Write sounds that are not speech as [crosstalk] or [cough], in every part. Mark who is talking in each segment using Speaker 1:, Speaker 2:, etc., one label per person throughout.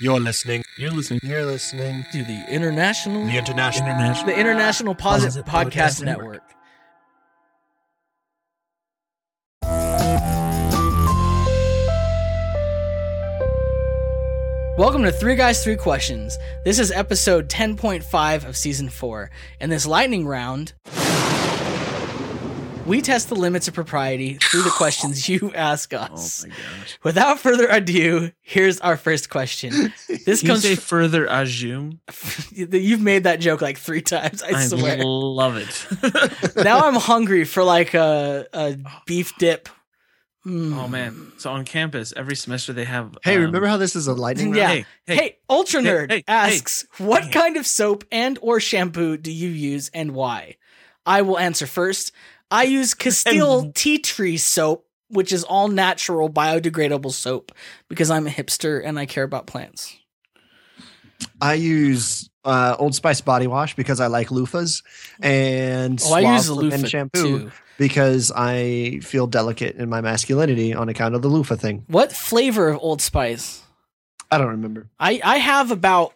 Speaker 1: You're listening.
Speaker 2: You're listening
Speaker 1: You're listening.
Speaker 3: to the International
Speaker 1: The International.
Speaker 2: International.
Speaker 3: the International Posit
Speaker 2: Posit
Speaker 3: Podcast,
Speaker 2: Podcast
Speaker 3: Network.
Speaker 2: Network.
Speaker 3: Welcome to Three Guys Three Questions. This is episode 10.5 of season 4. In this lightning round, we test the limits of propriety through the questions
Speaker 2: [laughs]
Speaker 3: you ask us.
Speaker 2: Oh my gosh.
Speaker 3: Without further ado, here's our first
Speaker 2: [laughs]
Speaker 3: question. This
Speaker 2: Can you
Speaker 3: comes
Speaker 2: say further ajum?
Speaker 3: You've made that joke like three times. I,
Speaker 2: I
Speaker 3: swear. [laughs]
Speaker 2: love it.
Speaker 3: now I'm hungry for like a a beef dip. Mm.
Speaker 2: oh man. So on campus, every semester they have
Speaker 1: Hey,
Speaker 2: um,
Speaker 1: remember how this is a lightning
Speaker 3: Yeah.
Speaker 1: round?
Speaker 2: Hey,
Speaker 3: Hey,
Speaker 2: hey,
Speaker 3: Ultra
Speaker 2: hey,
Speaker 3: Nerd
Speaker 2: hey, hey.
Speaker 3: asks, "What
Speaker 2: Dang it.
Speaker 3: kind of soap and or shampoo do you use and why?" I will answer first. I use Castile tea tree soap, which is all natural biodegradable soap because I'm a hipster and I care about plants.
Speaker 1: I use uh, Old Spice body wash because I like loofahs, and
Speaker 3: Oh, I use the
Speaker 1: Suave
Speaker 3: loofah
Speaker 1: and shampoo
Speaker 3: too.
Speaker 1: because I feel delicate in my masculinity on account of the loofah thing.
Speaker 3: What flavor of Old Spice?
Speaker 1: I don't remember.
Speaker 3: I, I have about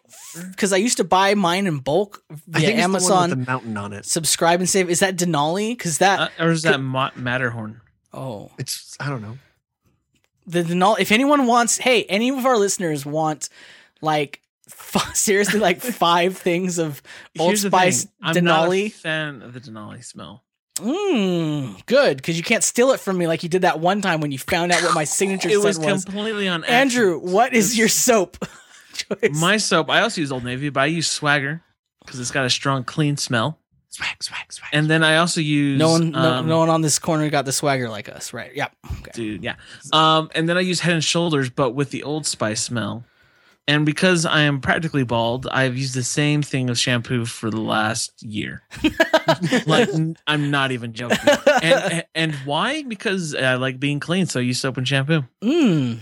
Speaker 3: because I used to buy mine in bulk
Speaker 1: I
Speaker 3: via
Speaker 1: think it's the
Speaker 3: Amazon.
Speaker 1: one with the mountain on it.
Speaker 3: subscribe and save. Is that Denali? Because that
Speaker 2: uh, or is that Ma- Matterhorn?
Speaker 3: oh
Speaker 1: It's I don't know.
Speaker 3: the Denali. If anyone wants, hey, any of our listeners want like [laughs] f- seriously
Speaker 2: [laughs]
Speaker 3: like five things of Old
Speaker 2: Here's the
Speaker 3: Spice
Speaker 2: thing, I'm not a
Speaker 3: Denali?
Speaker 2: fan of the Denali smell.
Speaker 3: mm, good because you can't steal it from me like you did that one time when you found out what my signature
Speaker 2: [laughs] It
Speaker 3: scent
Speaker 2: was
Speaker 3: was.
Speaker 2: completely on
Speaker 3: Andrew, what is your soap [laughs] choice?
Speaker 2: [laughs] My soap. I also use Old Navy, but I use Swagger because it's got a strong, clean smell.
Speaker 1: Swag, swag, swag.
Speaker 2: And then I also use
Speaker 3: no one, no,
Speaker 2: um,
Speaker 3: no one on this corner got the swagger like us, right? Yep. Okay.
Speaker 2: dude. Yeah. Um, and then I use Head and Shoulders, but with the Old Spice smell. And because I am practically bald, I've used the same thing of shampoo for the last year. like n- I'm not even joking. And and why? Because I like being clean, so I use soap and shampoo.
Speaker 3: Mm.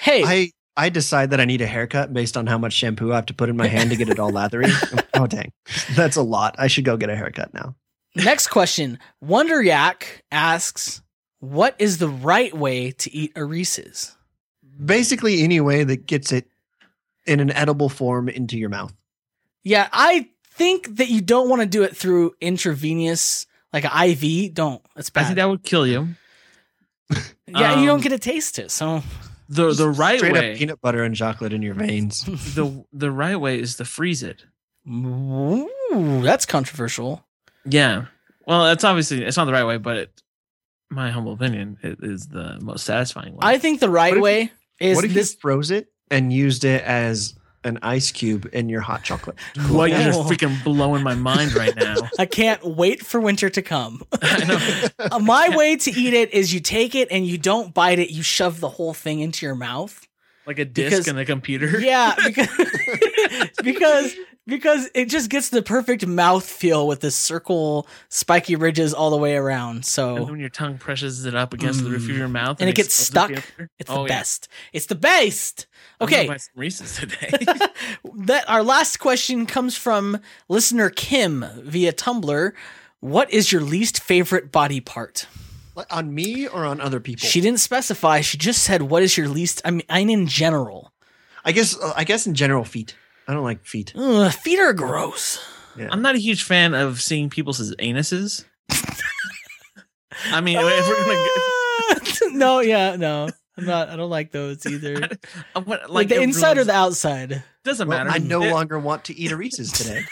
Speaker 3: Hey,
Speaker 1: I I decide that I need a haircut based on how much shampoo I have to put in my hand to
Speaker 3: [laughs]
Speaker 1: get it all lathery. oh dang, that's a lot. I should go get a haircut now.
Speaker 3: Next question. Wonder Yak asks, "What is the right way to eat a Reese's?"
Speaker 1: Basically, any way that gets it in an edible form into your mouth.
Speaker 3: Yeah, I think that you don't want to do it through intravenous, like an IV. Don't. That's
Speaker 2: I
Speaker 3: bad.
Speaker 2: think that would kill you.
Speaker 3: yeah, you don't
Speaker 2: um,
Speaker 3: get to taste it. So
Speaker 2: The the right
Speaker 1: Straight
Speaker 2: way
Speaker 1: up peanut butter and chocolate in your veins.
Speaker 2: the the right way is to freeze it.
Speaker 3: Ooh, that's controversial.
Speaker 2: Yeah. Well, that's obviously it's not the right way, but it, my humble opinion it is the most satisfying way.
Speaker 3: I think the
Speaker 1: What if
Speaker 3: right
Speaker 1: you-
Speaker 3: way is
Speaker 1: what if
Speaker 3: this.
Speaker 1: you froze it and used it as an ice cube in your hot chocolate?
Speaker 2: Well, you're
Speaker 3: Cool.
Speaker 2: freaking blowing my mind right now.
Speaker 3: I can't wait for winter to
Speaker 1: [laughs]
Speaker 3: come.
Speaker 2: [laughs] I
Speaker 3: [laughs]
Speaker 2: know.
Speaker 3: Uh, My way to eat it is you take it and you don't bite it. You shove the whole thing into your mouth.
Speaker 1: [laughs]
Speaker 2: Like a disc
Speaker 3: Because-
Speaker 2: in a computer. [laughs]
Speaker 3: Yeah, [laughs] because because because it just gets the perfect mouth feel with the circle spiky ridges all the way around.
Speaker 2: And
Speaker 3: So
Speaker 2: when your tongue presses it up against the roof of
Speaker 3: Mm.
Speaker 2: your mouth,
Speaker 3: And it gets
Speaker 2: explodes with
Speaker 3: stuck.
Speaker 2: the other-
Speaker 3: it's
Speaker 2: Oh,
Speaker 3: the
Speaker 2: yeah.
Speaker 3: best. It's the best.
Speaker 2: I'm
Speaker 3: [laughs]
Speaker 2: gonna
Speaker 3: Okay.
Speaker 2: buy some Reese's today.
Speaker 3: [laughs]
Speaker 2: [laughs]
Speaker 3: that our last question comes from listener Kim via Tumblr. What is your least favorite body part?
Speaker 1: Like, on me or on other people?
Speaker 3: She didn't specify. She just said, "What is your least?" I mean, I mean in general,
Speaker 1: I guess. uh, I guess in general, feet. I don't like feet.
Speaker 3: Ugh, feet are
Speaker 2: [laughs]
Speaker 3: gross.
Speaker 2: I'm not a huge fan of seeing people's anuses. I mean, if we're gonna
Speaker 3: [laughs]
Speaker 2: go-
Speaker 3: no, yeah, no, I'm not. I don't like those either.
Speaker 2: I want- [laughs] like,
Speaker 3: like the
Speaker 2: everyone's-
Speaker 3: inside or the outside.
Speaker 2: doesn't
Speaker 1: Well,
Speaker 2: matter.
Speaker 1: I no
Speaker 2: It-
Speaker 1: longer want to eat a Reese's today.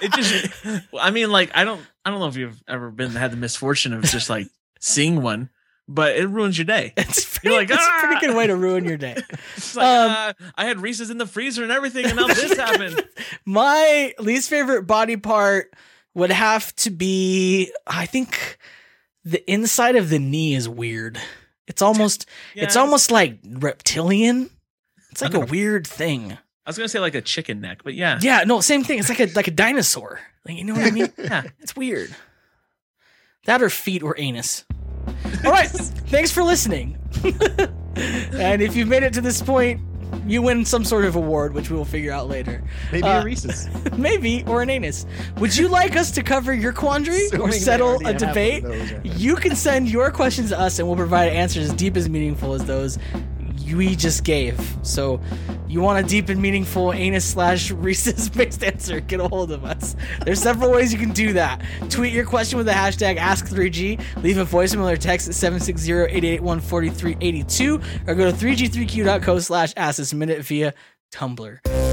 Speaker 2: it
Speaker 1: [laughs]
Speaker 2: just well, i mean like i don't i don't know if you've ever been had the misfortune of just like seeing one but it ruins your day
Speaker 3: it's pretty,
Speaker 2: [laughs] You're like,
Speaker 3: it's a pretty
Speaker 2: "Ah!"
Speaker 3: good way to ruin your day.
Speaker 2: it's like
Speaker 3: Um,
Speaker 2: uh, i had reese's in the freezer and everything and now
Speaker 3: [laughs]
Speaker 2: this happened
Speaker 3: My least favorite body part would have to be, I think, the inside of the knee is weird. It's almost, it's
Speaker 2: Yeah,
Speaker 3: almost like reptilian. It's like a
Speaker 2: [laughs] Okay.
Speaker 3: weird thing.
Speaker 2: i was gonna say like a chicken neck but yeah
Speaker 3: Yeah, no, same thing. It's like a like a dinosaur. Like you know what I
Speaker 2: [laughs]
Speaker 3: mean?
Speaker 2: yeah
Speaker 3: It's weird. That or feet or anus. All right. Thanks for listening. [laughs] and if you've made it to this point, you win some sort of award, which we will figure out later.
Speaker 1: Maybe
Speaker 3: Uh, [laughs]
Speaker 1: a Reese's.
Speaker 3: Maybe, or an anus. Would
Speaker 1: [laughs]
Speaker 3: you like us to cover your quandary
Speaker 1: Assuming
Speaker 3: or
Speaker 1: they
Speaker 3: settle
Speaker 1: already
Speaker 3: a
Speaker 1: have one of
Speaker 3: debate?
Speaker 1: those, I think.
Speaker 3: You can send your questions to us and we'll provide answers as deep as meaningful as those we just gave. So, you want a deep and meaningful anus slash [laughs] Reese's based answer? Get a hold of us. There's several ways you can do that. Tweet your question with the hashtag Ask3G. Leave a voicemail or text at 760-881-4382 or go to 3g3q.co slash Ask This Minute via Tumblr.